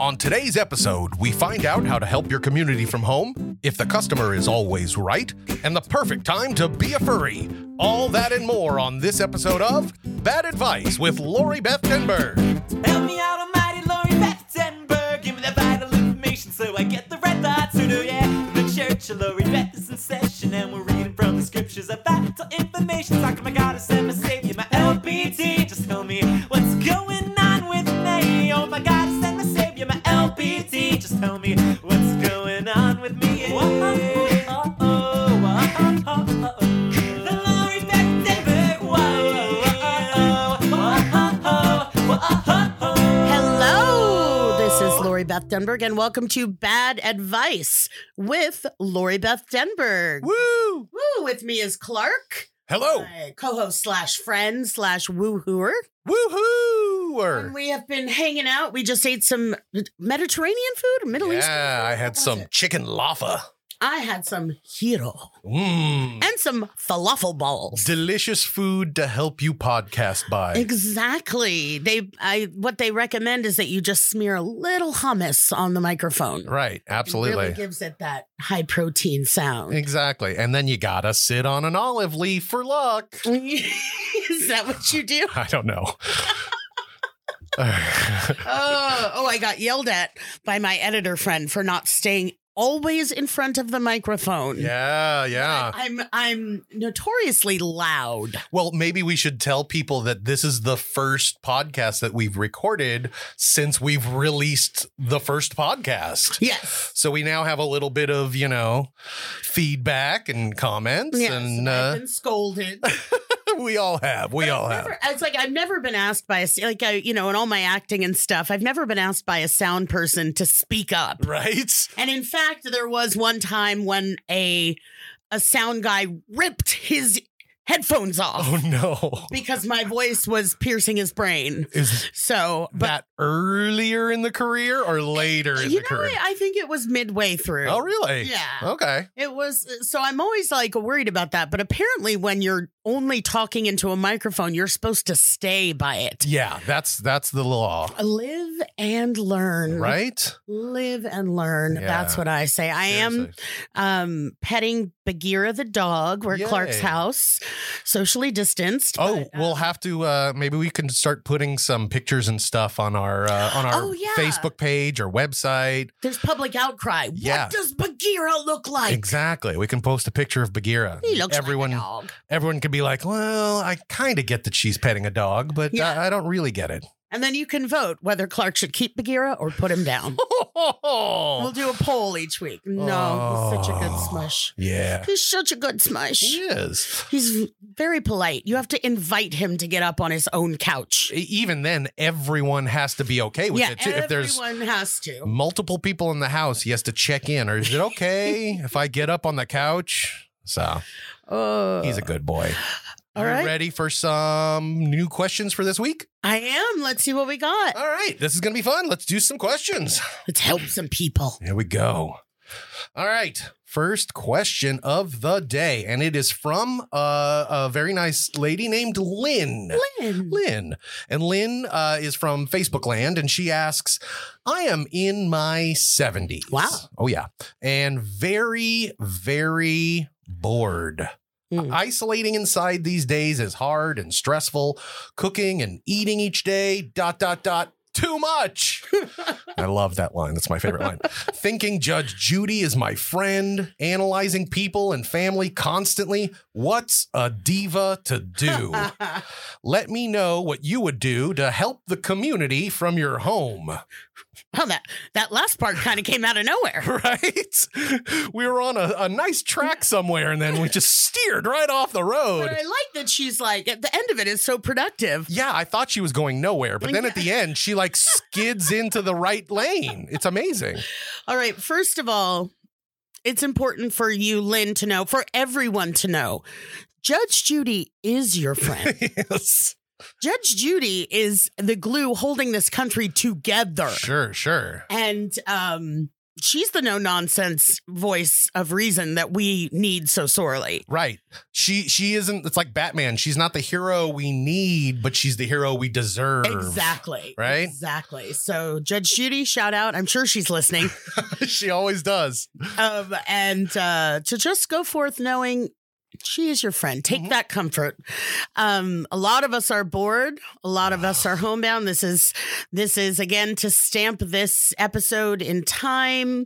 On today's episode, we find out how to help your community from home, if the customer is always right, and the perfect time to be a furry. All that and more on this episode of Bad Advice with Lori Beth Denberg. Help me out, almighty Lori Bettenberg. Give me the vital information so I get the right thought sooner, yeah. The church of Lori Beth is in session, and we're reading from the scriptures of vital information. Talking my goddess and my savior, my LPT. Just tell me what's going on with me. Oh, my goddess and my savior, my LPT. Just tell me what's going on with me. Whoa, oh, oh, oh, oh, oh, oh. The Lori Bettenberg Hello, this is Lori Beth Denberg, and welcome to Bad Advice with Lori Beth Denberg. Woo! Oh. Woo! With me is Clark, Hello! my co-host slash friend slash woohooer. And Woohoo! we have been hanging out. We just ate some Mediterranean food, Middle East. Yeah, I had some chicken lava. I had some hero Mmm. and some falafel balls. Delicious food to help you podcast by. Exactly. They, I, what they recommend is that you just smear a little hummus on the microphone. Right, It really absolutely. gives it that high protein sound. Exactly. And then you gotta sit on an olive leaf for luck. Is that what you do? I don't know. Oh, oh, I got yelled at by my editor friend for not staying always in front of the microphone. yeah, yeah. I'm I'm notoriously loud. Well, maybe we should tell people that this is the first podcast that we've recorded since we've released the first podcast. Yes. So we now have a little bit of, you know, feedback and comments Yes. and I've uh, been scolded. we all have. We all have. Never- it's like I've never been asked by a s- like I you know in all my acting and stuff I've never been asked by a sound person to speak up. Right? And in fact, there was one time when a a sound guy ripped his headphones off Oh no. because my voice was piercing his brain. Is So, but that earlier in the career or later in you the know, career? I, I think it was midway through. oh really? Yeah. Okay. It was so I'm always like worried about that, but apparently when you're only talking into a microphone, you're supposed to stay by it. Yeah, that's that's the law. Live and learn. Right? Live and learn. Yeah. That's what I say. I am Seriously. um petting Bagheera the dog. We're at Clark's Yay. house, socially distanced. Oh, but, uh, we'll have to. Uh, maybe we can start putting some pictures and stuff on our uh, on our Oh, yeah. Facebook page or website. there's public outcry. Yeah. What does Bagheera look like? exactly, we can post a picture of Bagheera. He looks everyone, like a dog. everyone can be like, "Well, I kind of get that she's petting a dog, but uh, Yeah. I, I don't really get it." And then you can vote whether Clark should keep Bagheera or put him down. We'll do a poll each week. No, he's such a good Oh. smush. yeah, He's such a good smush. she is. He's very polite. You have to invite him to get up on his own couch. E- Even then, everyone has to be okay with yeah, it. Too. If there's everyone has to. multiple people in the house, he has to check in. Or is it okay if I get up on the couch? So. Oh, He's a good boy. All All right. right. Ready for some new questions for this week? I am. Let's see what we got. All right. This is going to be fun. Let's do some questions. Let's help some people. Here we go. All right. First question of the day. And it is from uh, a very nice lady named Lynn. Lynn. Lynn. And Lynn uh, is from Facebook land and she asks, I am in my 70s. Wow. Oh, yeah. And very, very bored. Mm. Isolating inside these days is hard and stressful. Cooking and eating each day, dot, dot, dot. Too much. I love that line. That's my favorite line. Thinking Judge Judy is my friend, analyzing people and family constantly. What's a diva to do? Let me know what you would do to help the community from your home. Well, that, that last part kind of came out of nowhere. Right? We were on a, a nice track somewhere and then we just steered right off the But I road. like that she's like, at the end of it is so productive. Yeah, I thought she was going nowhere, but then at the end, she like skids into the right lane. It's amazing. All right. First of all, it's important for you, Lynn, to know, for everyone to know, Judge Judy is your friend. yes. Judge Judy is the glue holding this country together. Sure, sure. And um, she's the no nonsense voice of reason that we need so sorely. Right. She she isn't it's like Batman. She's not the hero we need, but she's the hero we deserve. Exactly. Right? Exactly. So Judge Judy, shout out. I'm sure she's listening. she always does. um, and uh, to just go forth knowing she is your friend. Take Mhm. that comfort. Um, a lot of us are bored. A lot of us are homebound. This is this is again to stamp this episode in time.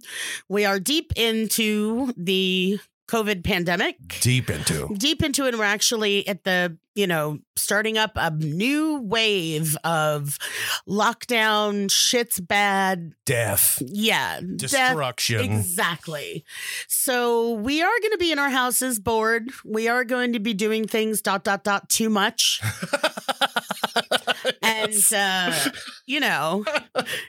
We are deep into the COVID pandemic. Deep into. Deep into it, and we're actually at the you know starting up a new wave of lockdown. Shit's bad. Death. Yeah, death, Destruction. Exactly. So we are going to be in our houses bored. We are going to be doing things dot dot dot too much. And uh, you know,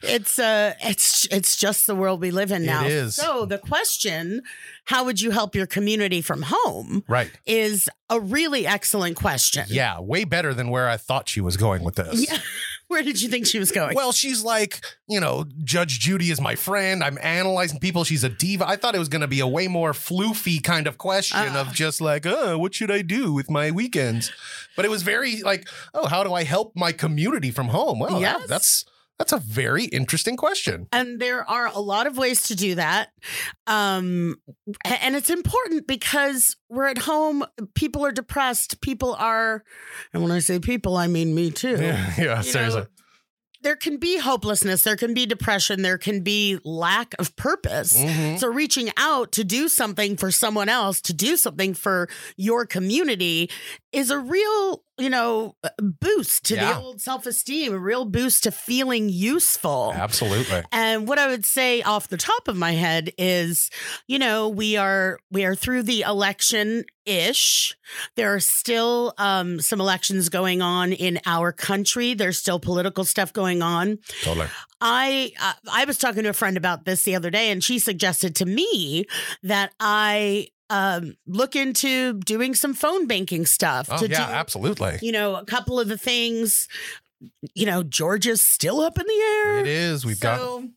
it's uh it's it's just the world we live in It now. is. So the question, how would you help your community from home right. is a really excellent question. Yeah, way better than where I thought she was going with this. Yeah. Where did you think she was going? Well, she's like, you know, Judge Judy is my friend. I'm analyzing people. She's a diva. I thought it was going to be a way more floofy kind of question Ah. of just like, oh, what should I do with my weekends? But it was very like, oh, how do I help my community from home? Well, that- Yes. that's that's a very interesting question. and there are a lot of ways to do that um a- and it's important because we're at home people are depressed people are and when i say people i mean me too Yeah, yeah You seriously. know, there can be hopelessness there can be depression there can be lack of purpose Mhm. so reaching out to do something for someone else to do something for your community is a real you know boost to Yeah. the old self-esteem a real boost to feeling useful Absolutely. and what I would say off the top of my head is, you know, we are we are through the election ish. There are still um, some elections going on in our country. There's still political stuff going on. Totally. I uh, I was talking to a friend about this the other day, and she suggested to me that I um, look into doing some phone banking stuff Oh, to yeah, do absolutely. you know a couple of the things. You know, Georgia's still up in the air It is. We've got so,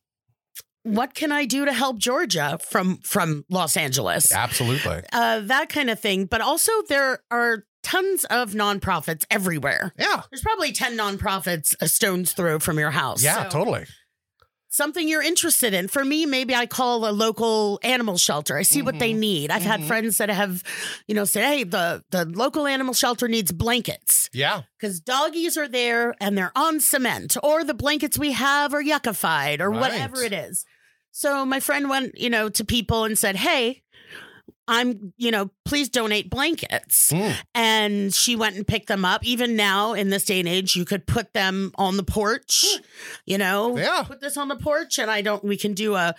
what can I do to help Georgia from from Los Angeles? absolutely. Uh, that kind of thing. But also, there are tons of nonprofits everywhere. Yeah. There's probably ten nonprofits a stone's throw from your house. Yeah, Oh, So, totally. Something you're interested in. For me, maybe I call a local animal shelter. I see what they Mhm. need. I've had Mhm. friends that have, you know, said, "Hey, the the local animal shelter needs blankets." Yeah. because doggies are there and they're on cement, or the blankets we have are yuckified, or Right. whatever it is. So my friend went, you know, to people and said, "Hey, I'm, you know, please donate blankets." Mm. And she went and picked them up. Even now, in this day and age, you could put them on the porch, you know. Yeah. Put this on the porch, and I don't. We can do a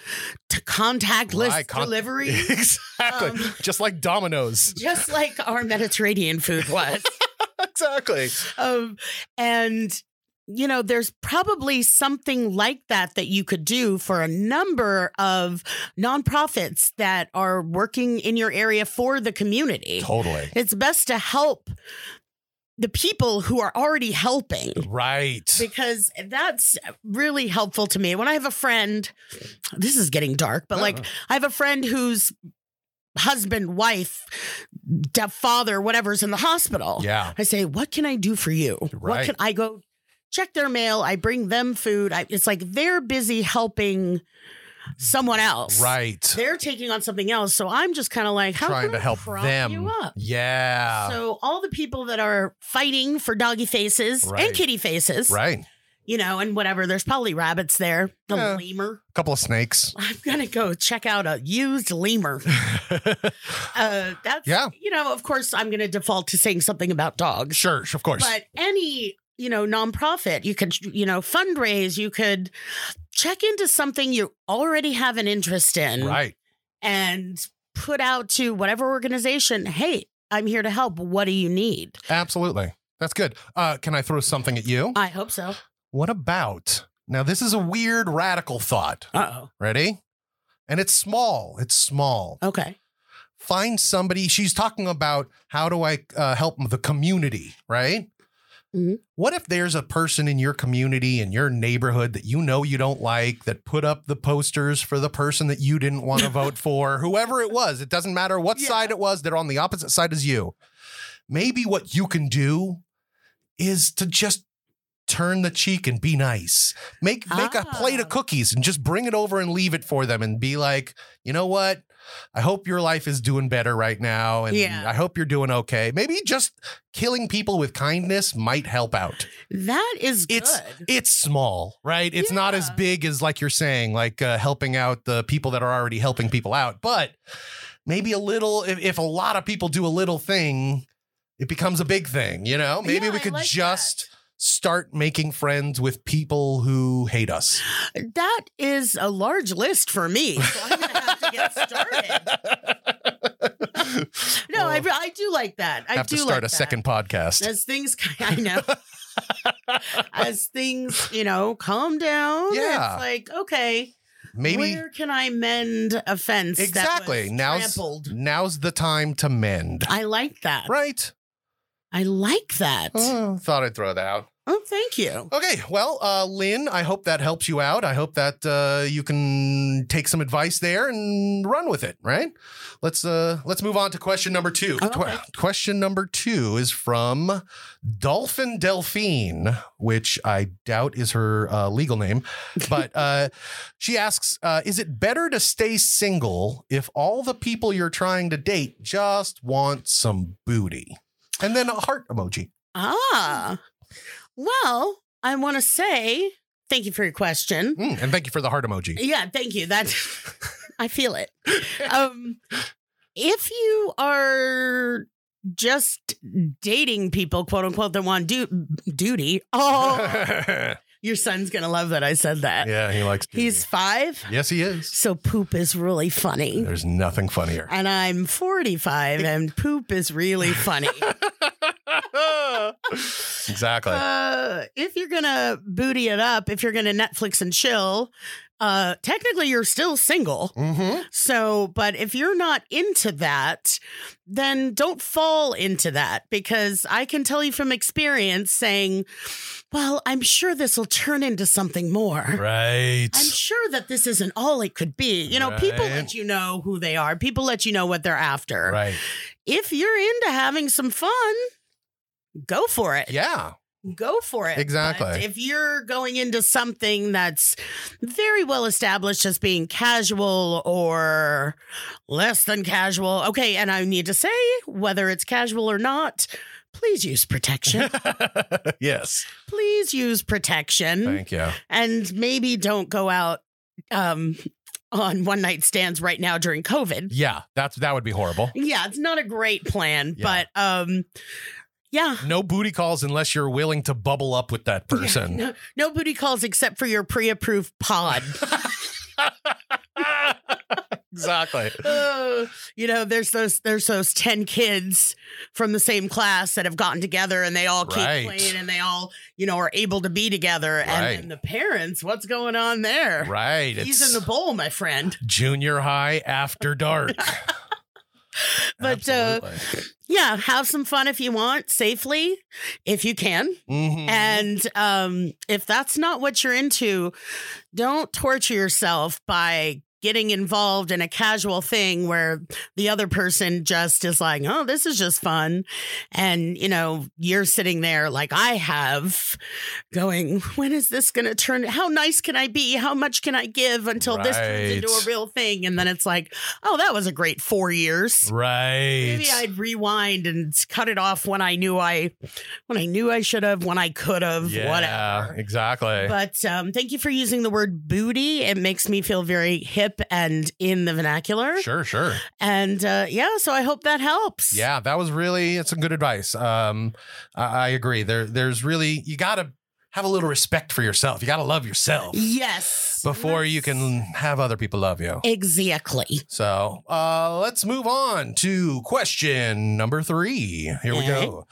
t- contactless Right, con- delivery, Exactly. Um, Just like dominoes. just like our Mediterranean food was. exactly. um, and you know there's probably something like that that you could do for a number of nonprofits that are working in your area for the community Totally. it's best to help the people who are already helping Right. because that's really helpful to me when i have a friend this is getting dark but No, like no. i have a friend whose husband wife de- father whatever's in the hospital Yeah. I say, what can I do for you? What Right. can I go check their mail? I bring them food. I, it's like they're busy helping someone else. Right. They're taking on something else. So I'm just kind of like, how Trying can to I help prop them. You up? Yeah. So all the people that are fighting for doggy faces and Right. kitty faces, right. A you know, and whatever. There's probably rabbits there. The Yeah. lemur. couple of snakes. I'm gonna go check out a used lemur. Uh, that's Yeah. You know, of course, I'm gonna default to saying something about dogs. sure, of course. but any you know nonprofit you could you know fundraise you could check into something you already have an interest in right. and put out to whatever organization hey i'm here to help what do you need Absolutely. That's good. Uh, can I throw something at you? i hope so what about? Now, this is a weird radical thought. uh-oh Ready? And it's small. It's small. okay Find somebody. She's talking about how do I uh, help the community, right? Mhm. What if there's a person in your community, in your neighborhood that you know you don't like that put up the posters for the person that you didn't want to vote for, whoever it was? It doesn't matter what Yeah. side it was, they're on the opposite side as you. Maybe what you can do is to just turn the cheek and be nice. Make make a plate Ah. of cookies and just bring it over and leave it for them and be like, "You know what? I hope your life is doing better right now and Yeah. I hope you're doing okay." Maybe just killing people with kindness might help out. That is good. It's it's small, right? It's not as Yeah. big as like you're saying, like uh, helping out the people that are already helping people out, but maybe a little if, if a lot of people do a little thing, it becomes a big thing, you know? Maybe Yeah, we I could like just start making friends with people who hate us. that. that is a large list for me. So I'm gonna have to get started. No, I, Well, re- I do like that. I have do to start like a that. second podcast. As things, I know. As things, you know, calm down. Yeah. It's like, okay, Maybe where can I mend offense? that exactly. was Now's trampled? now's the time to mend. I like that. Right? I like that. Oh, thought I'd throw that out. oh, thank you. Okay, well, uh, Lynn, I hope that helps you out. I hope that uh, you can take some advice there and run with it. Right? Let's uh, let's move on to question number two. Oh, okay. Qu- question number two is from Dolphin Delphine, which I doubt is her uh, legal name, but uh, she asks, uh, "Is it better to stay single if all the people you're trying to date just want some booty?" And then a heart emoji. Ah, well, I want to say thank you for your question. Mm, and thank you for the heart emoji. Yeah, thank you. That I feel it. Um, if you are just dating people, quote unquote, that want du- duty, oh, your son's gonna love that I said that. yeah, he likes. Beauty. He's five, yes, he is. so poop is really funny. There's nothing funnier. And I'm 45, and poop is really funny. exactly. Uh, if you're gonna booty it up, if you're gonna Netflix and chill, uh, technically you're still single. hmm So, but if you're not into that, then don't fall into that because I can tell you from experience saying, well, I'm sure this will turn into something more. Right. I'm sure that this isn't all it could be. You know, people Right. let you know who they are. People let you know what they're after. Right. If you're into having some fun, go for it Yeah. go for it. Exactly. But if you're going into something that's very well established as being casual or less than casual, okay, and I need to say whether it's casual or not, please use protection. yes. please use protection Thank you. and maybe don't go out um, on one night stands right now during COVID. Yeah, that's that would be horrible. Yeah, it's not a great plan, Yeah. but um, yeah, No booty calls unless you're willing to bubble up with that person. Yeah, no, no booty calls except for your pre-approved pod. exactly. Uh, you know, there's those there's those ten kids from the same class that have gotten together and they all keep Right. playing and they all you know are able to be together. Right. And then the parents, what's going on there? Right. He's it's in the bowl, my friend. junior high after dark. But, uh, Yeah, have some fun if you want, safely, if you can. Mhm. And um, if that's not what you're into, don't torture yourself by getting involved in a casual thing where the other person just is like, oh, this is just fun. And, you know, you're sitting there like I have going, when is this going to turn? How nice can I be? How much can I give until this turns into Right. a real thing? And then it's like, oh, that was a great four years. right. Maybe I'd rewind and cut it off when I knew I, when I knew I should have, when I could have, whatever. Exactly. But um, thank you for using the word booty. It makes me feel very hip and in the vernacular. sure, sure. And uh, yeah, so I hope that helps. Yeah, that was really it's some good advice. Um, I, I agree. There, there's really you got to have a little respect for yourself. You got to love yourself Yes. before you can have other people love you. Exactly. So uh, let's move on to question number three. Here we go.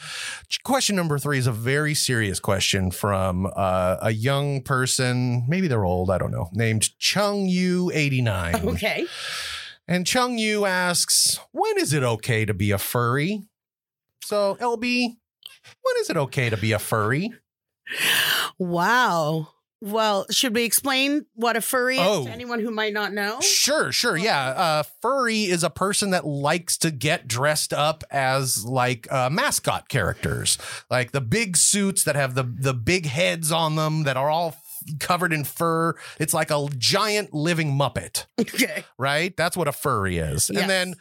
Question number three is a very serious question from uh, a young person, maybe they're old, I don't know, named Chung Yu 89. Okay. And Chung Yu asks, when is it okay to be a furry? So, LB, When is it okay to be a furry? Wow. Well, should we explain what a furry Oh. is to anyone who might not know? Sure, sure, yeah. Uh, furry is a person that likes to get dressed up as like uh, mascot characters, like the big suits that have the the big heads on them that are all f- covered in fur. It's like a giant living Muppet, Okay. right? That's what a furry is. Yes. And then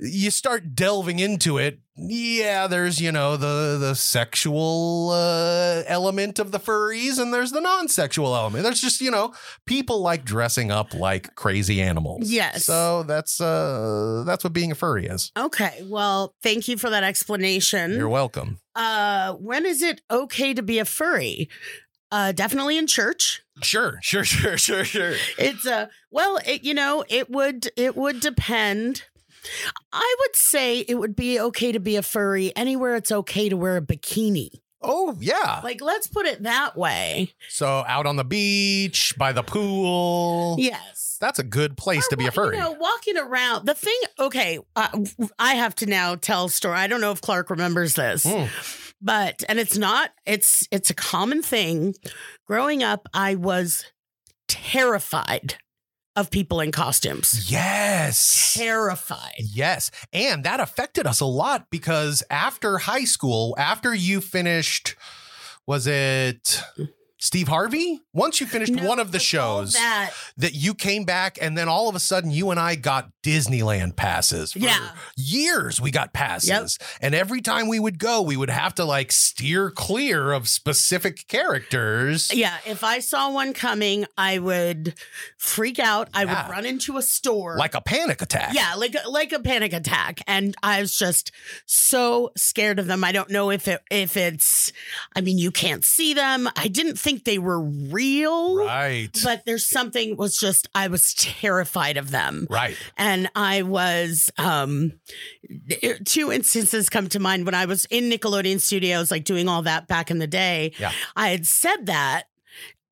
you start delving into it. Yeah, there's you know the the sexual uh, element of the furries, and there's the non-sexual element. There's just you know people like dressing up like crazy animals. Yes. So that's uh that's what being a furry is. Okay. Well, thank you for that explanation. You're welcome. uh, when is it okay to be a furry? Uh, definitely in church. Sure, sure, sure, sure, sure. It's a well, it, you know, it would it would depend. I would say it would be okay to be a furry anywhere it's okay to wear a bikini. Oh yeah. Like, let's put it that way. So out on the beach, by the pool. Yes. That's a good place Or to be a wa- furry. You know, walking around. The thing, okay, uh, I have to now tell a story. I don't know if Clark remembers this, Mm. but and it's not. It's it's a common thing. Growing up, I was terrified of people in costumes. Yes. Terrified. Yes. And that affected us a lot because after high school, after you finished, was it Steve Harvey? Once you finished No, one of the with all shows that-, That you came back, and then all of a sudden you and I got Disneyland passes. for Yeah. Years we got passes. And every time we would go, we would have to like steer clear of specific characters. yeah. If I saw one coming, I would freak out. I Yeah. would run into a store. Like a panic attack. Yeah, like like a panic attack, and I was just so scared of them. I don't know if it if it's. I mean, you can't see them. I didn't think they were real, Right. but there's something was just. I was terrified of them, right. and I was. um Two instances come to mind when I was in Nickelodeon Studios, like doing all that back in the day. Yeah. I had said that.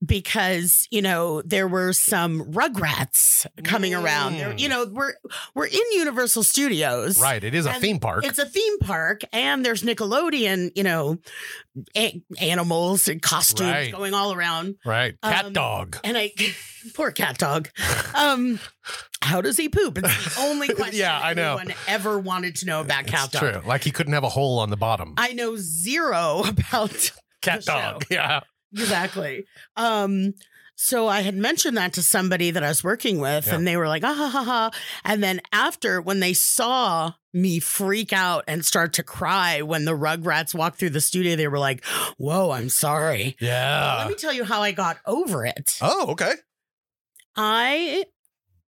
Because you know there were some Rugrats coming around. There, Mm. you know we're we're in Universal Studios, Right. It is a And theme park. It's a theme park, and there's Nickelodeon, you know, a- animals and costumes Right. going all around. right. Cat Um, dog. And I, poor cat dog, um, how does he poop? It's the only question Yeah, I know. anyone ever wanted to know about cat It's dog. true. Like he couldn't have a hole on the bottom. I know zero about Cat the show. dog. Yeah. exactly. Um, so I had mentioned that to somebody that I was working with, Yeah. and they were like, ah, ha, ha, ha. And then after, when they saw me freak out and start to cry when the Rugrats walked through the studio, they were like, whoa, I'm sorry. Let Yeah. me tell you how I got over it. Oh, okay. I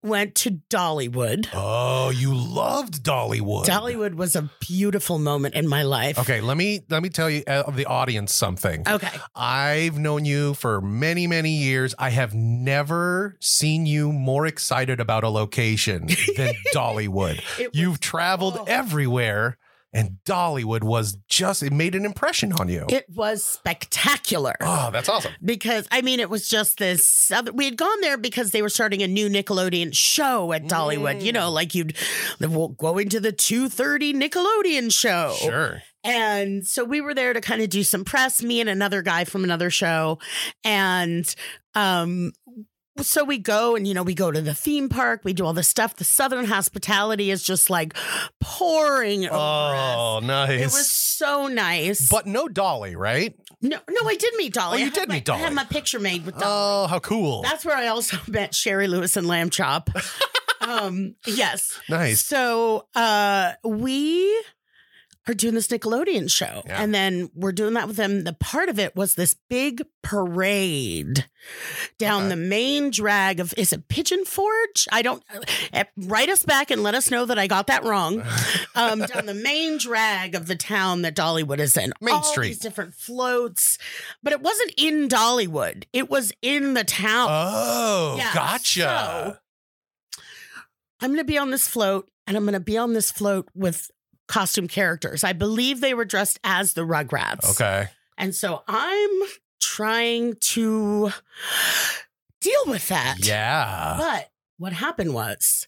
went to Dollywood. Oh, you loved Dollywood. Dollywood was a beautiful moment in my life. Okay, let me let me tell you uh, of the audience something. Okay. I've known you for many many years. I have never seen you more excited about a location than Dollywood. It was- You've traveled oh. everywhere and Dollywood was just it made an impression on you. it was spectacular. oh, that's awesome. because I mean, it was just this. Other, we had gone there because they were starting a new Nickelodeon show at Dollywood. Mm. You know, like you'd we'll go into the two thirty Nickelodeon show, Sure. and so we were there to kind of do some press. Me and another guy from another show, and um. So we go and you know we go to the theme park. We do all this stuff. The Southern hospitality is just like pouring over us. Oh, nice. It was so nice. but no Dolly, right? no, no, I did meet Dolly. Oh, you I had did my- meet I had Dolly. my picture made with Dolly. Oh, how cool. That's where I also met Sherry Lewis and Lamb Chop. um, yes. nice. So uh, we are doing this Nickelodeon show, Yeah. and then we're doing that with them. The part of it was this big parade down Okay. the main drag of is it Pigeon Forge? I don't. eh, write us back and let us know that I got that wrong. Um, down the main drag of the town that Dollywood is in, Main All Street. these different floats, but it wasn't in Dollywood. It was in the town. Oh, Yeah, gotcha. I'm going to be on this float and I'm going to be on this float with costume characters. I believe they were dressed as the Rugrats. okay. And so I'm trying to deal with that. Yeah. But what happened was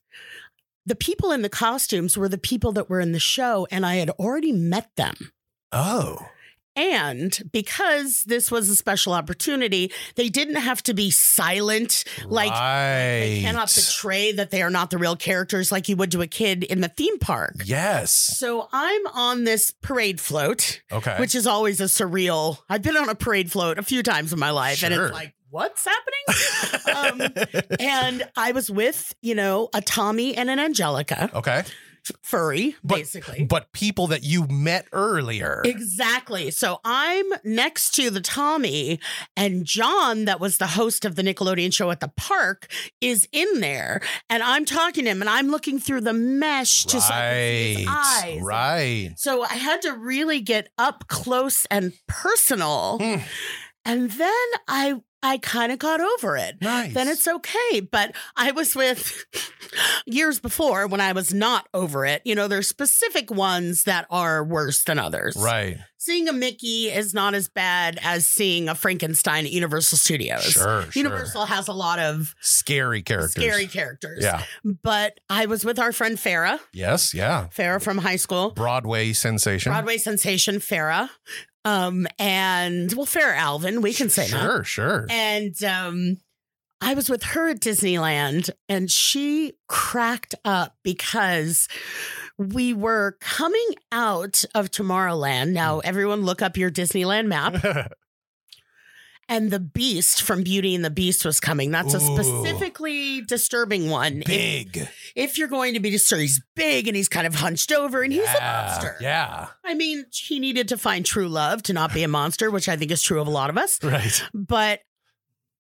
the people in the costumes were the people that were in the show and I had already met them. Oh. And because this was a special opportunity, they didn't have to be silent like right. they cannot betray that they are not the real characters like you would to a kid in the theme park. yes. So I'm on this parade float, Okay. which is always a surreal. I've been on a parade float a few times in my life, and Sure. it's like, what's happening? um, and I was with, you know, a Tommy and an Angelica, okay. f- furry, But- basically. But people that you met earlier. Exactly. So I'm next to the Tommy, and John, that was the host of the Nickelodeon show at the park, is in there. And I'm talking to him, and I'm looking through the mesh to so I can see his right. eyes. Right. So I had to really get up close and personal. Hmm. And then I I kind of got over it. Nice. Then it's okay. But I was with years before when I was not over it. You know, there's specific ones that are worse than others. right. Seeing a Mickey is not as bad as seeing a Frankenstein at Universal Studios. Sure. sure. Universal has a lot of Scary characters. scary characters. Yeah. But I was with our friend Farah, Yes. Yeah. Farah from high school. Broadway sensation. Broadway sensation Farah, um, and well, Farah Alvin, we can say that. Sure. Sure. And um, I was with her at Disneyland, and she cracked up because we were coming out of Tomorrowland. Now, Mm. everyone, look up your Disneyland map, and the Beast from Beauty and the Beast was coming. That's a Ooh. specifically disturbing one. If, Big. if you're going to be disturbed, he's big and he's kind of hunched over, and he's a monster. Yeah. I mean, he needed to find true love to not be a monster, which I think is true of a lot of us. Right. But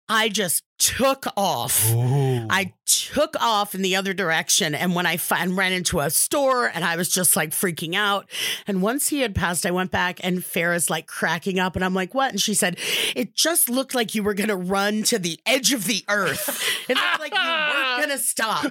I just took off. Ooh. I took off in the other direction. And when I fin- ran into a store and I was just like freaking out. And once he had passed, I went back and Farrah's like cracking up. And I'm like, what? And she said, it just looked like you were going to run to the edge of the earth. It looked like you weren't going to stop.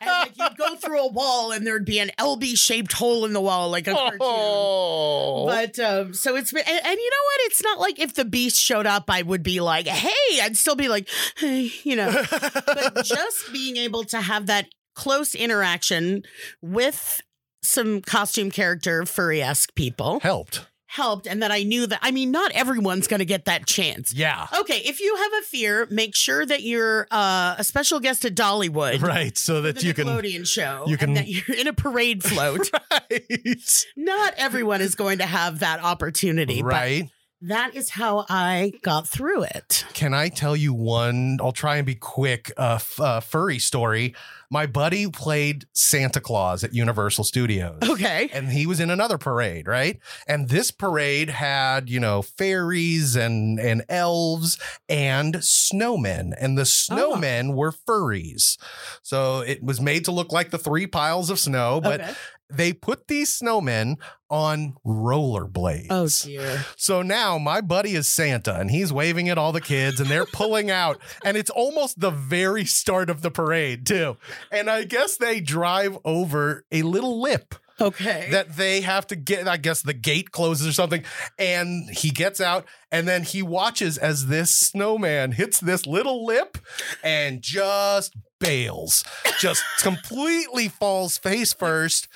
And like you'd go through a wall and there'd be an LB shaped hole in the wall, like a cartoon. Oh. But um, so it's been, and, and you know what? It's not like if the beast showed up, I would be like, hey, I'd still be like, hey, you know. uh, but just being able to have that close interaction with some costume character furry esque people helped. helped. And that I knew that, I mean, not everyone's going to get that chance. Yeah. Okay, if you have a fear, make sure that you're uh, a special guest at Dollywood. Right. So The that you can. Nickelodeon show, you can- and that you're in a parade float. Right. Not everyone is going to have that opportunity, but Right. that is how I got through it. Can I tell you one? I'll try and be quick. Uh, f- uh, furry story. My buddy played Santa Claus at Universal Studios. Okay. And he was in another parade, right? And this parade had, you know, fairies and and elves and snowmen. Ah. And the snowmen were furries. So it was made to look like the three piles of snow, but okay. they put these snowmen on rollerblades. Oh dear. So now my buddy is Santa and he's waving at all the kids and they're pulling out. And it's almost the very start of the parade, too. And I guess they drive over a little lip Okay. that they have to get. I guess the gate closes or something. And he gets out and then he watches as this snowman hits this little lip and just bails, just completely falls face first.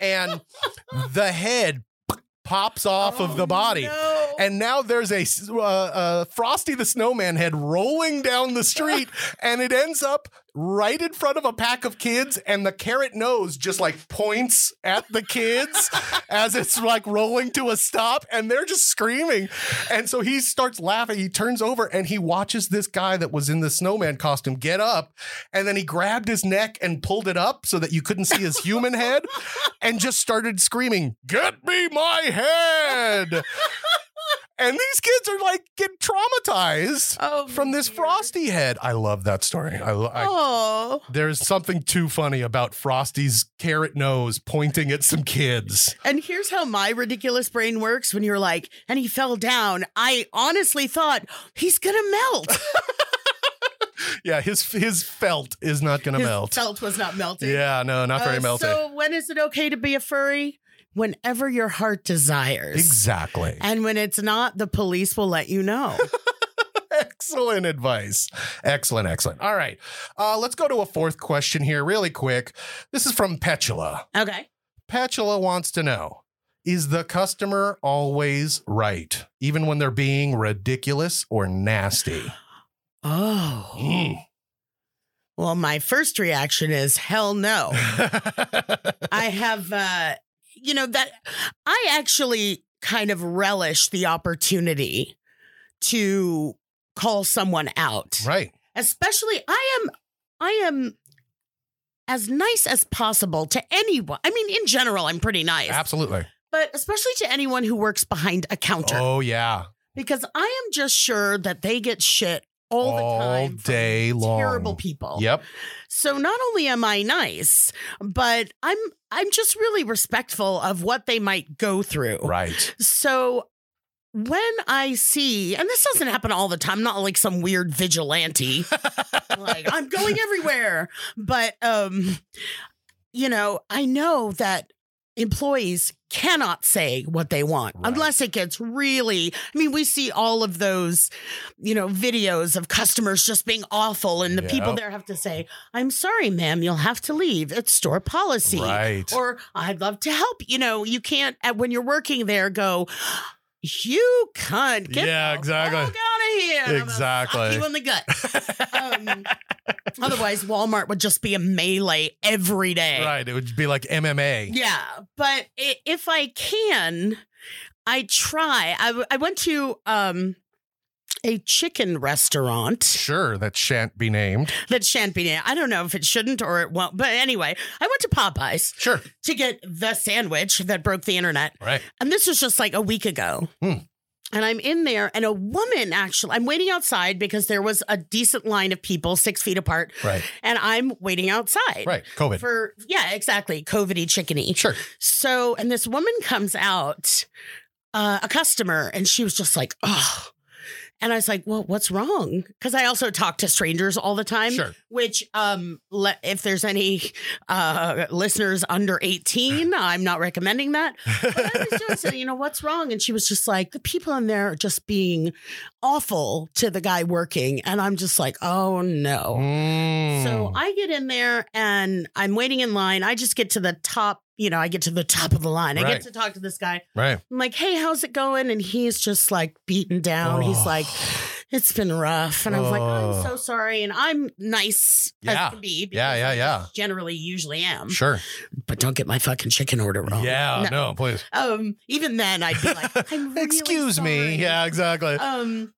And the head pops off of the body. Oh, No. And now there's a uh, uh, Frosty the Snowman head rolling down the street, and it ends up right in front of a pack of kids. And the carrot nose just like points at the kids as it's like rolling to a stop, and they're just screaming. And so he starts laughing. He turns over and he watches this guy that was in the snowman costume get up, and then he grabbed his neck and pulled it up so that you couldn't see his human head, and just started screaming, "Get me my head!" And these kids are like get traumatized Oh, from this dear. frosty head. I love that story. I, lo- I Oh. there's something too funny about Frosty's carrot nose pointing at some kids. And here's how my ridiculous brain works when you're like, and he fell down. I honestly thought he's going to melt. Yeah, his his felt is not gonna His melt. Felt was not melting. Yeah, no, not very Uh, melty. So when is it okay to be a furry? Whenever your heart desires. exactly. And when it's not, the police will let you know. Excellent advice. Excellent, excellent. All right, uh, let's go to a fourth question here, really quick. This is from Petula. okay. Petula wants to know Is the customer always right, even when they're being ridiculous or nasty? Hmm. Oh. Well, my first reaction is hell no. Oh. I have, uh, you know, that I actually kind of relish the opportunity to call someone out. right. Especially, I am, I am as nice as possible to anyone. I mean, in general, I'm pretty nice, Absolutely. but especially to anyone who works behind a counter Oh, yeah. because I am just sure that they get shit All all, the time. from day long. Terrible people. Yep. So not only am I nice, but I'm I'm just really respectful of what they might go through. Right. So when I see, and this doesn't happen all the time, not like some weird vigilante, like I'm going everywhere, but um, you know, I know that employees cannot say what they want Right. unless it gets really i mean we see all of those you know videos of customers just being awful and the people Yep. there have to say i'm sorry ma'am you'll have to leave it's store policy Right. or I'd love to help. You know, you can't uh, when you're working there go. You cunt! Get Yeah, the exactly. Fuck out of here! I'm gonna sock Exactly. you in the gut. Um, otherwise, Walmart would just be a melee every day. right. It would be like MMA. Yeah, but i- if I can, I try. I, w- I went to um a chicken restaurant. Sure, that shan't be named. that shan't be named. I don't know if it shouldn't or it won't. But anyway, I went to Popeyes Sure. to get the sandwich that broke the internet. Right. And this was just like a week ago. Hmm. And I'm in there, and a woman actually, I'm waiting outside because there was a decent line of people six feet apart, Right. and I'm waiting outside. Right. COVID. For, yeah, exactly. COVIDy chickeny. sure. So, and this woman comes out, uh, a customer, and she was just like, oh. And I was like, well, what's wrong? Because I also talk to strangers all the time. Sure. Which, um, le- if there's any uh, listeners under 18, I'm not recommending that. But I was doing, so, you know, what's wrong? And she was just like, the people in there are just being awful to the guy working. And I'm just like, oh no. Mm. So Hmm. I get in there and I'm waiting in line. I just get to the top, you know, I get to the top of the line. I Right. get to talk to this guy. right. I'm like, hey, how's it going? And he's just like beaten down. He's Oh. like, it's been rough. And I was like, Oh. I'm so sorry. And I'm nice Yeah. as can be. because Yeah, yeah, I yeah. Generally, usually am. Sure. But don't get my fucking chicken order wrong. Yeah, No. no, please. Um, even then, I'd be like, I'm really Excuse me. sorry. Yeah, exactly. Um,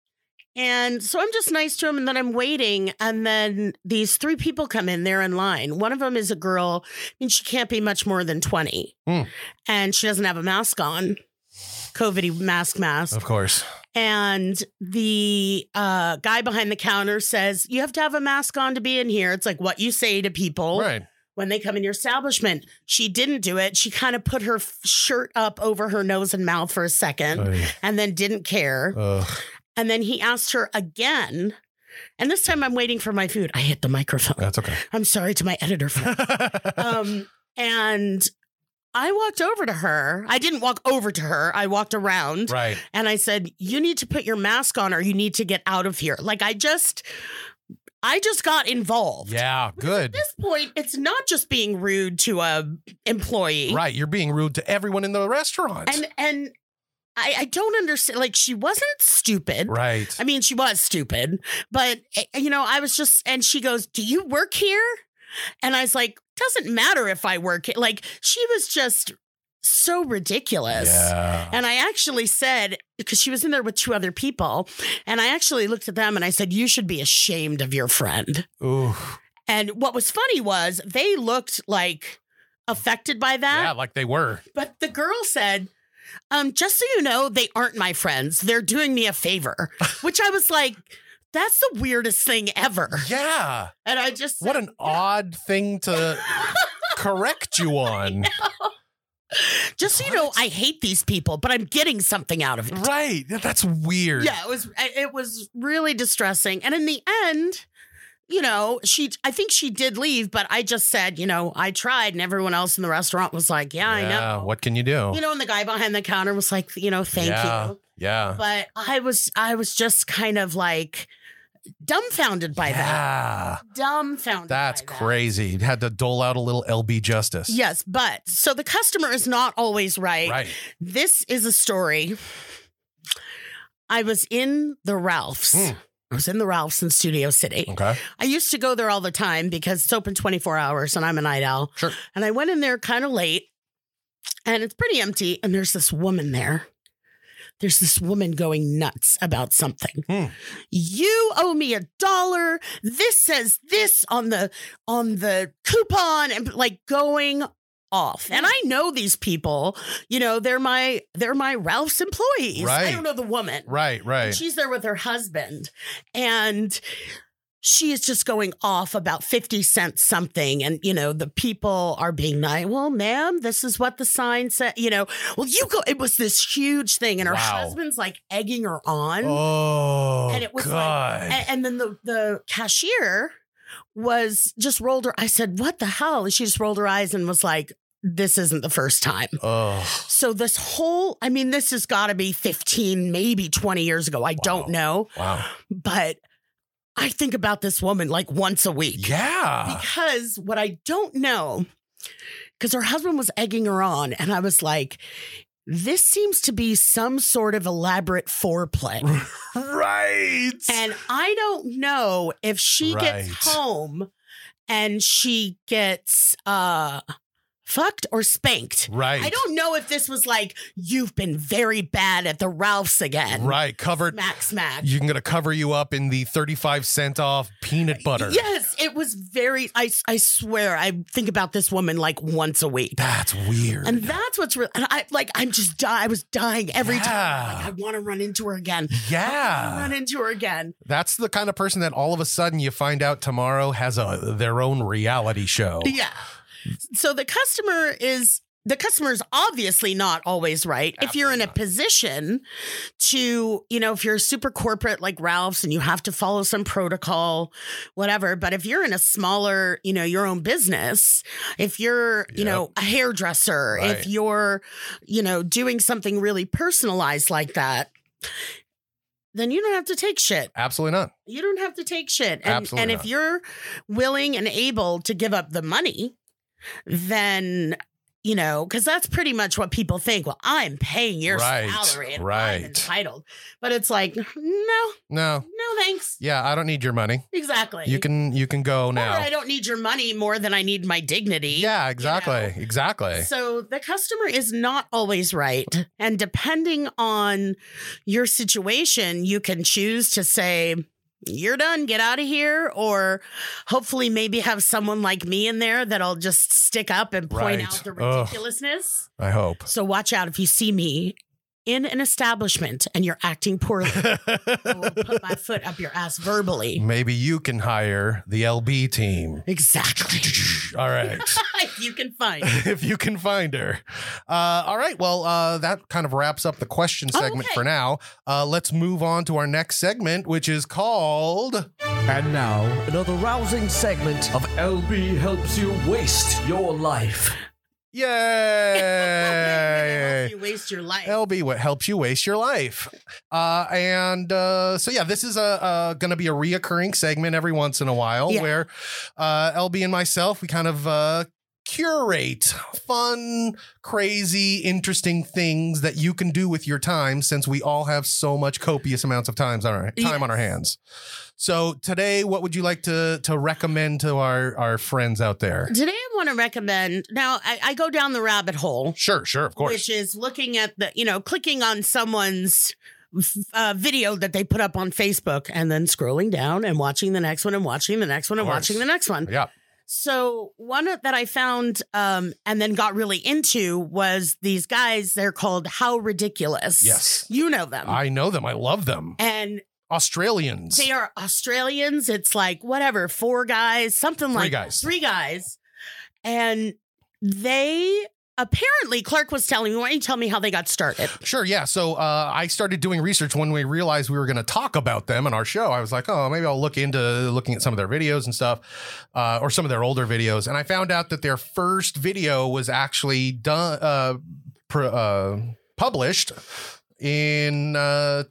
and so I'm just nice to him, and then I'm waiting, and then these three people come in. They're in line. One of them is a girl, and she can't be much more than twenty, Hmm. and she doesn't have a mask on, COVID mask mask. of course. And the uh, guy behind the counter says, "You have to have a mask on to be in here." It's like what you say to people Right. when they come in your establishment. She didn't do it. She kind of put her f- shirt up over her nose and mouth for a second, Ay, and then didn't care. ugh. And then he asked her again. And this time I'm waiting for my food. I hit the microphone. that's okay. I'm sorry to my editor. friend. um, and I walked over to her. I didn't walk over to her. I walked around right. and I said, "You need to put your mask on or you need to get out of here." Like I just I just got involved. Yeah, At good. this point, it's not just being rude to a employee. Right. You're being rude to everyone in the restaurant. And and I, I don't understand like she wasn't stupid. right. I mean, she was stupid, but eh, you know, I was just, and she goes, Do you work here? And I was like, Doesn't matter if I work. Here. Like, she was just so ridiculous. yeah. And I actually said, because she was in there with two other people, and I actually looked at them and I said, You should be ashamed of your friend. Ooh. And what was funny was they looked like affected by that. Yeah, like they were. But the girl said, um, just so you know, they aren't my friends. They're doing me a favor, which I was like, that's the weirdest thing ever. Yeah. And I just, What an odd thing to correct you on. just so you know, I hate these people, but I'm getting something out of it. Right. That's weird. Yeah, it was, it was really distressing. And in the end, you know, she, I think she did leave, but I just said, you know, I tried. And everyone else in the restaurant was like, yeah, I know. Yeah, What can you do? You know, and the guy behind the counter was like, you know, thank yeah. you. Yeah. but I was I was just kind of like dumbfounded by that. yeah, Dumbfounded. that's by that. crazy. Had to dole out a little LB justice. Yes, but so the customer is not always right. Right. This is a story. I was in the Ralphs. Mm. I was in the Ralphs in Studio City. Okay. I used to go there all the time because it's open 24 hours and I'm a night owl. Sure. And I went in there kind of late and it's pretty empty. And there's this woman there. There's this woman going nuts about something. Hmm. You owe me a dollar. This says this on the on the coupon and like going off. Hmm. And I know these people. You know, they're my they're my Ralph's employees. I Right. don't know the woman. Right. Right. And she's there with her husband. And she is just going off about 50 cents something. And, you know, the people are being nice. Well, ma'am, this is what the sign said. You know, well, you go. It was this huge thing. And her Wow. husband's like egging her on. oh And it was like- God. A- And, then the, the cashier was just rolled her. I said, what the hell? And she just rolled her eyes and was like, this isn't the first time. oh. So this whole, I mean, this has got to be 15, maybe 20 years ago. I don't Wow. know Wow. but I think about this woman like once a week Yeah. because what I don't know, because her husband was egging her on, and I was like, this seems to be some sort of elaborate foreplay. Right. and I don't know if she Right. gets home and she gets uh fucked or spanked. right. I don't know if this was like, you've been very bad at the Ralphs again. Right. Covered. Max Max. You're going to cover you up in the 35 cent off peanut butter. Yes, it was very. I I swear, I think about this woman like once a week, That's weird. and that's what's real. And I like, I'm just die. I was dying every time. Yeah. Like, I want to run into her again. I wanna yeah. run into her again. That's the kind of person that all of a sudden you find out tomorrow has a their own reality show. Yeah. So the customer is. The customer is obviously not always right. if you're in a position to, you know, if you're super corporate like Ralph's and you have to follow some protocol, whatever. But if you're in a smaller, you know, your own business, if you're, you Yep. know, a hairdresser, Right. if you're, you know, doing something really personalized like that, then you don't have to take shit. Absolutely not. You don't have to take shit. And, Absolutely and if not. you're willing and able to give up the money, then you know, because that's pretty much what people think. Well, I'm paying your Right, salary and right. I'm entitled. But it's like, no, No. no, thanks. Yeah, I don't need your money. Exactly. You can you can go Or now. I don't need your money more than I need my dignity. Yeah, exactly. Exactly. So the customer is not always right. And depending on your situation, you can choose to say, you're done, get out of here. Or hopefully, maybe have someone like me in there that'll just stick up and point Right. out the Ugh. ridiculousness. I hope. So watch out if you see me in an establishment and you're acting poorly. I will put my foot up your ass verbally. Maybe you can hire the LB team. Exactly. All right. If you can find. it. if you can find her. Uh, all right. Well, uh, that kind of wraps up the question Oh, segment okay. for now. Uh, let's move on to our next segment, which is called And now, another rousing segment of LB Helps You Waste Your Life. Yay. you waste your life. LB, what helps you waste your life? Uh, and uh, so, yeah, this is a, uh going to be a reoccurring segment every once in a while Yeah. where uh, LB and myself, we kind of uh, curate fun, crazy, interesting things that you can do with your time since we all have so much copious amounts of times on our time on our hands. So today, what would you like to to recommend to our our friends out there? Today, I want to recommend. Now, I, I go down the rabbit hole, Sure, sure, of course. which is looking at the, you know, clicking on someone's uh, video that they put up on Facebook and then scrolling down and watching the next one and watching the next one and Of course. watching the next one. yeah. So, one that I found um, and then got really into was these guys. They're called How Ridiculous. Yes. You know them. I know them. I love them. and Australians. they are Australians. It's like whatever, four guys, something like guys. three guys, and they apparently Clark was telling me. Why don't you tell me how they got started? Sure, yeah. So uh, I started doing research when we realized we were going to talk about them in our show. I was like, oh, maybe I'll look into looking at some of their videos and stuff, uh, or some of their older videos. And I found out that their first video was actually done, uh, pr- uh, published in uh,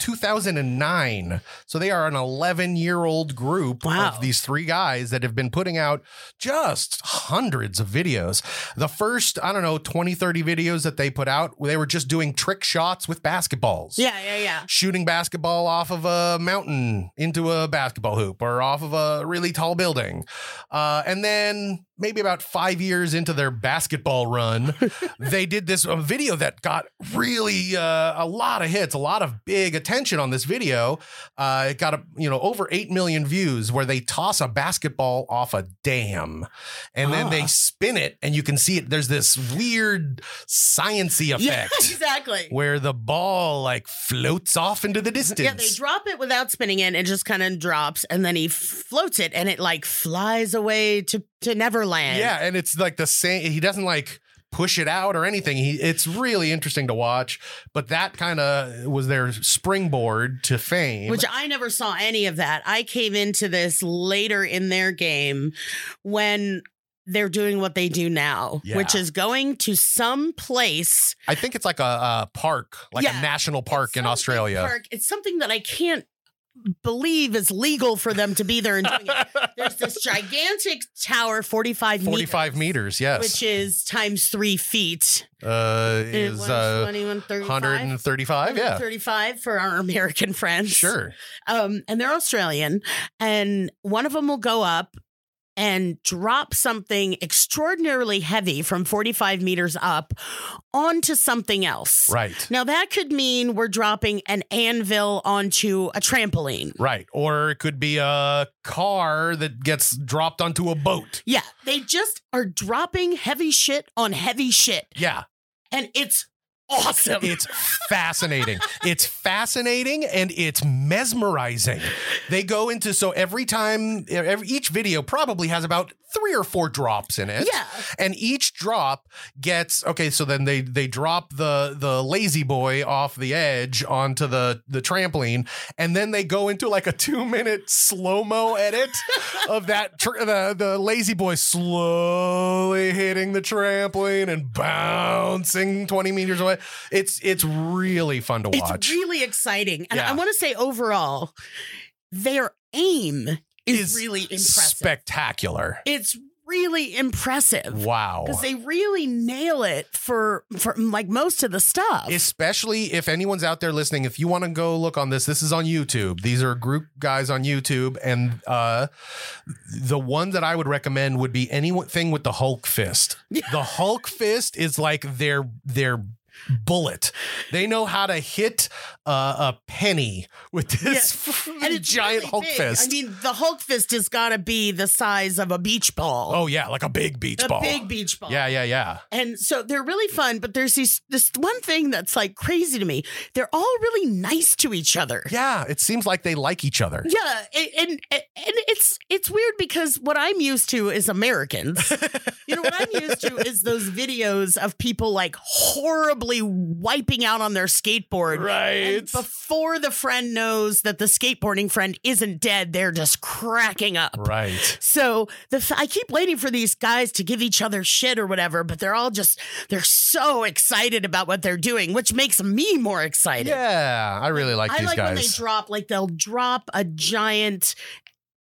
2009. So they are an 11 year old group Wow. of these three guys that have been putting out just hundreds of videos. The first, I don't know, 20, 30 videos that they put out, they were just doing trick shots with basketballs Yeah, yeah, yeah. shooting basketball off of a mountain into a basketball hoop or off of a really tall building. Uh, and then maybe about five years into their basketball run, they did this a video that got really uh, a lot of hits, a lot of big attention on this video. Uh, it got a, you know over eight million views where they toss a basketball off a dam, and then Ah. they spin it, and you can see it. There's this weird sciency effect Yeah, exactly. where the ball like floats off into the distance. Yeah, they drop it without spinning it. It just kind of drops, and then he floats it, and it like flies away to to Neverland. Yeah, and it's like the same. He doesn't like push it out or anything. He, it's really interesting to watch. But that kind of was their springboard to fame. Which I never saw any of that. I came into this later in their game when they're doing what they do now, Yeah. which is going to some place I think it's like a, a park, like Yeah. a national park in Some Australia. park. It's something that I can't believe is legal for them to be there and doing it. There's this gigantic tower, 45 meters, Forty-five meters, yes, which is times three feet. uh, is uh, 135. 135. Yeah, 135 for our American friends. sure. um, and they're Australian, and one of them will go up and drop something extraordinarily heavy from 45 meters up onto something else. Right, Now, that could mean we're dropping an anvil onto a trampoline. right. Or it could be a car that gets dropped onto a boat. Yeah, they just are dropping heavy shit on heavy shit, Yeah, and it's awesome. It's fascinating. it's fascinating and it's mesmerizing. They go into so every time every, each video probably has about 3 or 4 drops in it. Yeah. And each drop gets okay, so then they they drop the the lazy boy off the edge onto the the trampoline and then they go into like a 2-minute slow-mo edit of that tr- the the lazy boy slowly hitting the trampoline and bouncing 20 meters away. It's it's really fun to It's watch. really exciting. And Yeah. I want to say overall, their aim is, Is really impressive. Spectacular. it's really impressive Wow. because they really nail it for for like most of the stuff. Especially if anyone's out there listening, if you want to go look on this, this is on YouTube. These are group guys on YouTube, and uh, the one that I would recommend would be anything with the Hulk fist. The Hulk fist is like their their bullet. They know how to hit uh, a penny with this giant really Hulk big. fist. I mean, the Hulk fist has got to be the size of a beach ball. oh yeah, like a big beach a ball. big beach ball. yeah, yeah, yeah. And so they're really fun, but there's these, this one thing that's like crazy to me. They're all really nice to each other. Yeah, it seems like they like each other. Yeah, and, and and it's it's weird because what I'm used to is Americans. you know what I'm used to is those videos of people like horribly wiping out on their skateboard. Right. And before the friend knows that the skateboarding friend isn't dead, they're just cracking up. Right. So the f- I keep waiting for these guys to give each other shit or whatever, but they're all just they're so excited about what they're doing, which makes me more excited. Yeah, I really like I these like guys. when they drop, like they'll drop a giant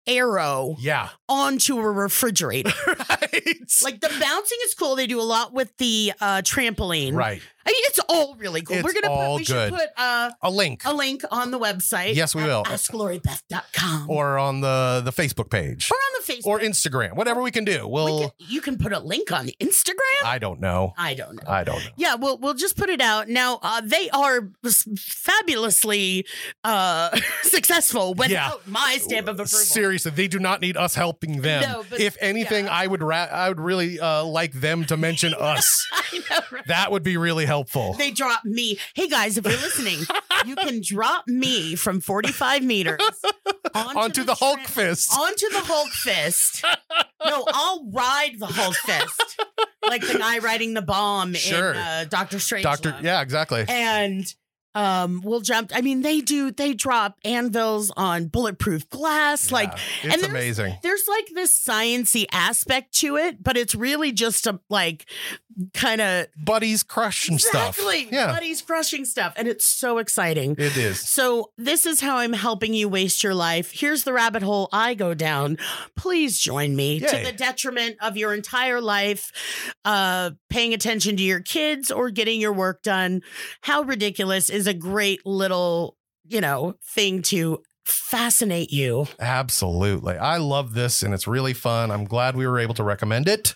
arrow yeah. onto a refrigerator. right. like the bouncing is cool. They do a lot with the uh, trampoline. right. I mean, it's all really cool. It's We're gonna all put, we good. should put uh, A link a link on the website. Yes, we at will. AskLoriBeth.com or, or on the the Facebook page or on the Facebook. or Instagram, whatever we can do. We'll. We can- you can put a link on Instagram. I don't know. I don't know. I don't know. Yeah, we'll we'll just put it out now. Uh, they are s- fabulously uh, successful without my stamp of approval. Seriously, they do not need us helping them. No, but- if anything, yeah. I would ra- I would really uh, like them to mention us. I know, right? That would be really helpful. They drop me. Hey guys, if you're listening, you can drop me from 45 meters onto, Onto the Hulk tra- fist. Onto the Hulk fist. No, I'll ride the Hulk fist, like the guy riding the bomb Sure. in uh, Doctor Strange. Doctor, yeah, exactly. And um we'll jump i mean they do they drop anvils on bulletproof glass like Yeah, and it's there's- amazing. there's like this sciency aspect to it but it's really just a like kind of Buddies crushing exactly stuff. Yeah, buddies crushing stuff and it's so exciting it is. so this is how i'm helping you waste your life here's the rabbit hole i go down please join me Yay. to the detriment of your entire life uh paying attention to your kids or getting your work done how ridiculous is a great little you know thing to fascinate you Absolutely. I love this and it's really fun. I'm glad we were able to recommend it.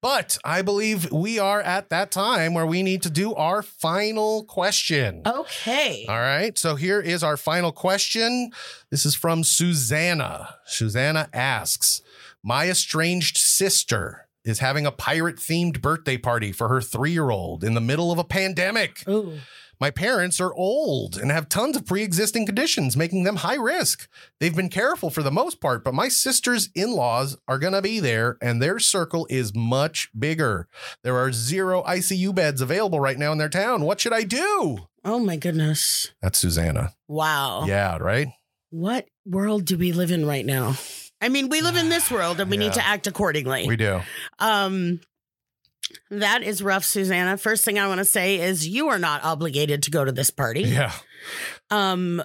But I believe we are at that time where we need to do our final question. Oh. okay All right. So here is our final question. This is from Susanna. Susanna asks My estranged sister is having a pirate themed birthday party for her three year old in the middle of a pandemic. Ooh. My parents are old and have tons of pre existing conditions, making them high risk. They've been careful for the most part, but my sister's in laws are going to be there and their circle is much bigger. There are zero ICU beds available right now in their town. What should I do? oh my goodness That's Susanna. wow Yeah, right? what world do we live in right now? I mean, we live in this world and we Yeah. need to act accordingly. We do. um that is rough, Susanna. First thing I want to say is you are not obligated to go to this party. Yeah. Um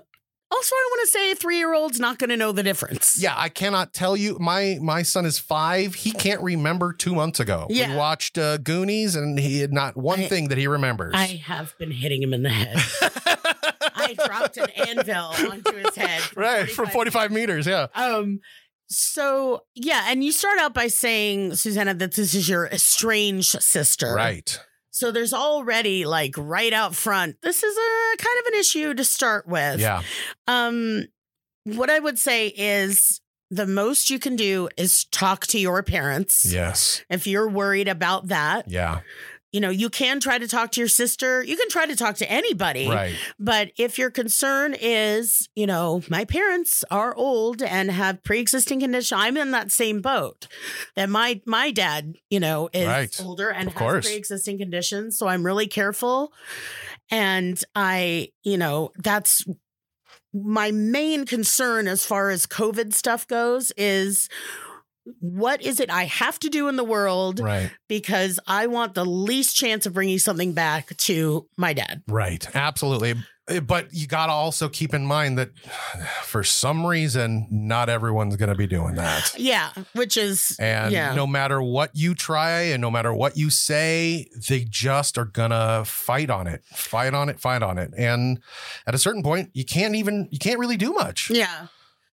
also I want to say a 3-year-old's not going to know the difference. Yeah, I cannot tell you. My my son is five. He can't remember two months ago. Yeah. We watched uh, Goonies and he had not one I- thing that he remembers. I have been hitting him in the head. I dropped an anvil onto his head. for right, from 45 meters. Yeah. Um so yeah, and you start out by saying, Susanna, that this is your estranged sister. Right. So there's already like right out front. This is a kind of an issue to start with. Yeah. Um what I would say is the most you can do is talk to your parents. Yes. If you're worried about that, Yeah. you know, you can try to talk to your sister. You can try to talk to anybody. Right. But if your concern is, you know, my parents are old and have pre-existing condition, I'm in that same boat. That my my dad, you know, is Right. older and Of has course. pre-existing conditions, so I'm really careful. And I, you know, that's my main concern as far as COVID stuff goes is what is it I have to do in the world Right. because I want the least chance of bringing something back to my dad. Right. Absolutely. Eh, But you got to also keep in mind that for some reason, not everyone's going to be doing that. Yeah, which is And yeah, no matter what you try and no matter what you say, they just are gonna fight on it, fight on it, fight on it. And at a certain point, you can't even you can't really do much. yeah.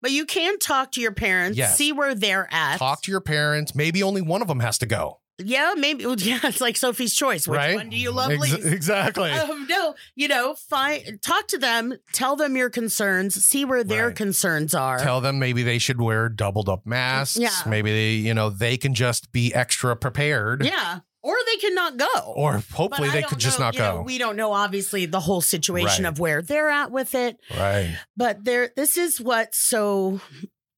But you can talk to your parents, Yes. see where they're at. Talk to your parents. Maybe only one of them has to go. yeah, maybe. well, Yeah, it's like Sophie's Choice. Which right? one do you love Ex- least? exactly. Um, no, you know, find talk to them, tell them your concerns, see where their Right. concerns are. Tell them maybe they should wear doubled up masks. Yeah. Maybe they, you know, they can just be extra prepared. yeah, or they can not go. Or But hopefully I they don't could just know, not you know, go. we don't know, obviously, the whole situation Right. of where they're at with it. right. But there, this is what's so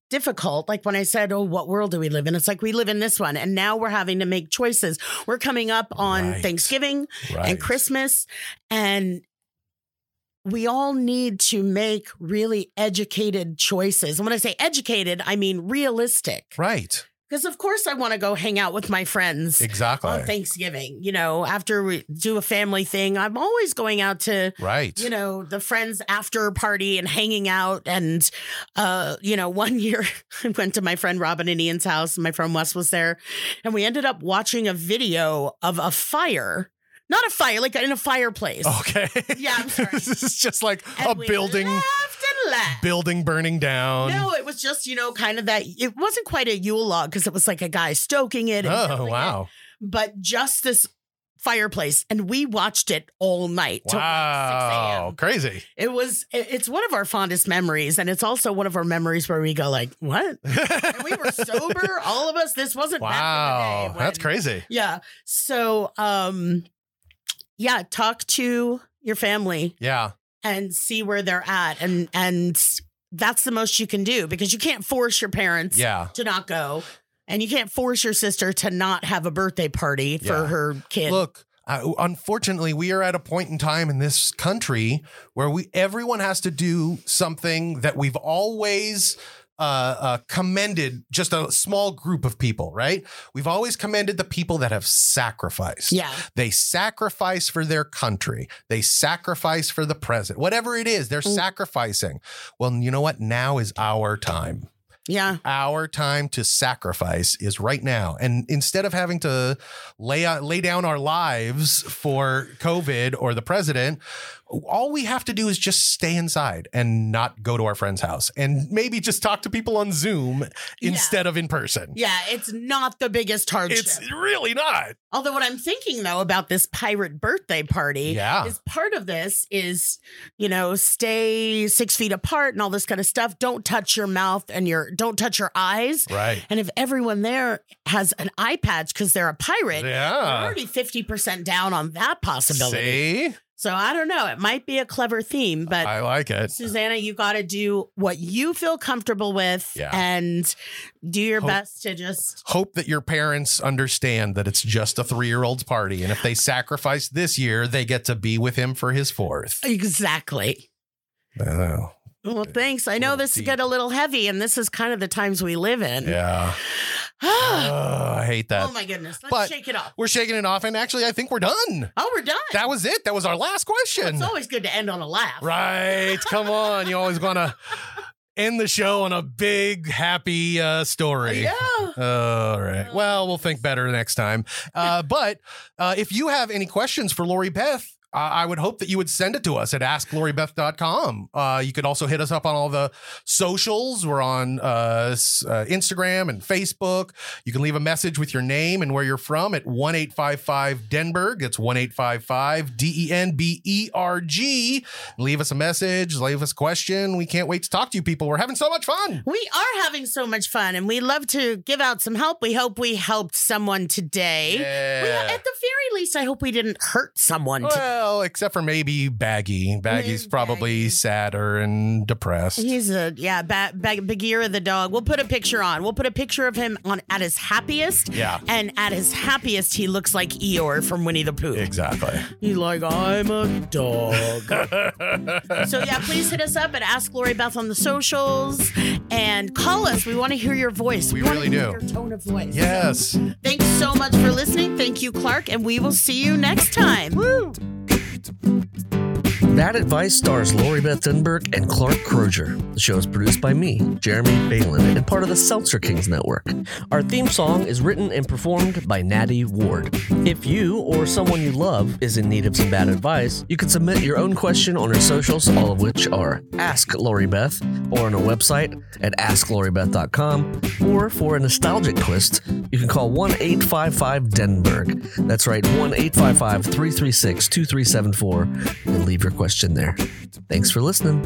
difficult. Like when I said, "Oh, what world do we live in?" It's like we live in this one, and now we're having to make choices. We're coming up on Right. Thanksgiving Right. and Christmas, and we all need to make really educated choices. And when I say educated, I mean realistic. Right. Because of course, I want to go hang out with my friends. Exactly. On Thanksgiving, you know, after we do a family thing, I'm always going out to right. you know the friends after party and hanging out and uh you know one year i went to my friend robin and ian's house and my friend wes was there and we ended up watching a video of a fire not a fire like in a fireplace Okay. Yeah, I'm sorry. this is just like And Oh, a we building laughed and laughed. building burning down. no it was just you know kind of that it wasn't quite a yule log because it was like a guy stoking it and oh building it, wow. but just this fireplace and we watched it all night till like 6 a.m. Wow. Crazy. It was. it- It's one of our fondest memories, and it's also one of our memories where we go like, "What?" And we were sober, all of us. This wasn't back in wow. the day That's when- crazy. Yeah. So, um, yeah, talk to your family Yeah. and see where they're at, and and that's the most you can do because you can't force your parents Yeah. to not go, and you can't force your sister to not have a birthday party for Yeah. her kid. Look, Uh, unfortunately, we are at a point in time in this country where we everyone has to do something that we've always uh, uh, commended just a small group of people, right? We've always commended the people that have sacrificed. Yeah. They sacrifice for their country. They sacrifice for the president. Whatever it is, they're Mm. sacrificing. Well, you know what? Now is our time. Yeah. Our time to sacrifice is right now. And instead of having to lay out, lay down our lives for COVID or the president, all we have to do is just stay inside and not go to our friend's house and maybe just talk to people on Zoom Yeah. instead of in person. Yeah. It's not the biggest hardship. It's really not. Although what I'm thinking though about this pirate birthday party Yeah. is part of this is, you know, stay six feet apart and all this kind of stuff. Don't touch your mouth and your don't touch your eyes. Right. And if everyone there has an eye patch because they're a pirate, we're Yeah. already 50% down on that possibility. See, So I don't know. It might be a clever theme, but I like it. Susanna, you got to do what you feel comfortable with Yeah. and do your Hope- best to just. Hope that your parents understand that it's just a three year old's party. And if they sacrifice this year, they get to be with him for his fourth. Exactly. Oh, Well, thanks. I know Little this deep. get a little heavy, and this is kind of the times we live in. yeah. Oh, I hate that. oh my goodness. Let's But- shake it off. We're shaking it off. And actually, I think we're done. Oh, we're done. That was it. That was our last question. it's always good to end on a laugh. Right. Come on. You always want to end the show on a big, happy uh, story. Yeah. All right. Well, we'll think better next time. Uh, but uh, if you have any questions for Lori Beth, uh, I would hope that you would send it to us at askloribeth.com. Uh, you could also hit us up on all the socials. We're on uh, s- uh, Instagram and Facebook. You can leave a message with your name and where you're from at 1 855 Denberg. It's 1 855 D E N B E R G. Leave us a message, leave us a question. We can't wait to talk to you people. We're having so much fun. We are having so much fun, and we love to give out some help. We hope we helped someone today. We, Yeah. at the very least, I hope we didn't hurt someone. today. Well, except for maybe Baggy. Baggy's Maybe probably Baggy. sadder and depressed. He's a yeah, ba- ba- Bagheera the dog. We'll put a picture on. We'll put a picture of him on at his happiest. Yeah. and at his happiest, he looks like Eeyore from Winnie the Pooh. Exactly. He's like, I'm a dog. so, yeah, please hit us up at Ask Lori Beth on the socials and call us. We want to hear your voice. We wanna really hear do. Your tone of voice. Yes. Thanks so much for listening. Thank you, Clark, and we will see you next time. That Advice stars Lori Beth Denberg and Clark Crozier. The show is produced by me, Jeremy Balin, and part of the Seltzer Kings Network. Our theme song is written and performed by Natty Ward. If you or someone you love is in need of some bad advice, you can submit your own question on our socials, all of which are Ask Lori Beth, or on our website at AskLoriBeth.com, or for a nostalgic twist, you can call 1 855 Denberg. That's right, 1 855 336 2374, and leave your question there. Thanks for listening.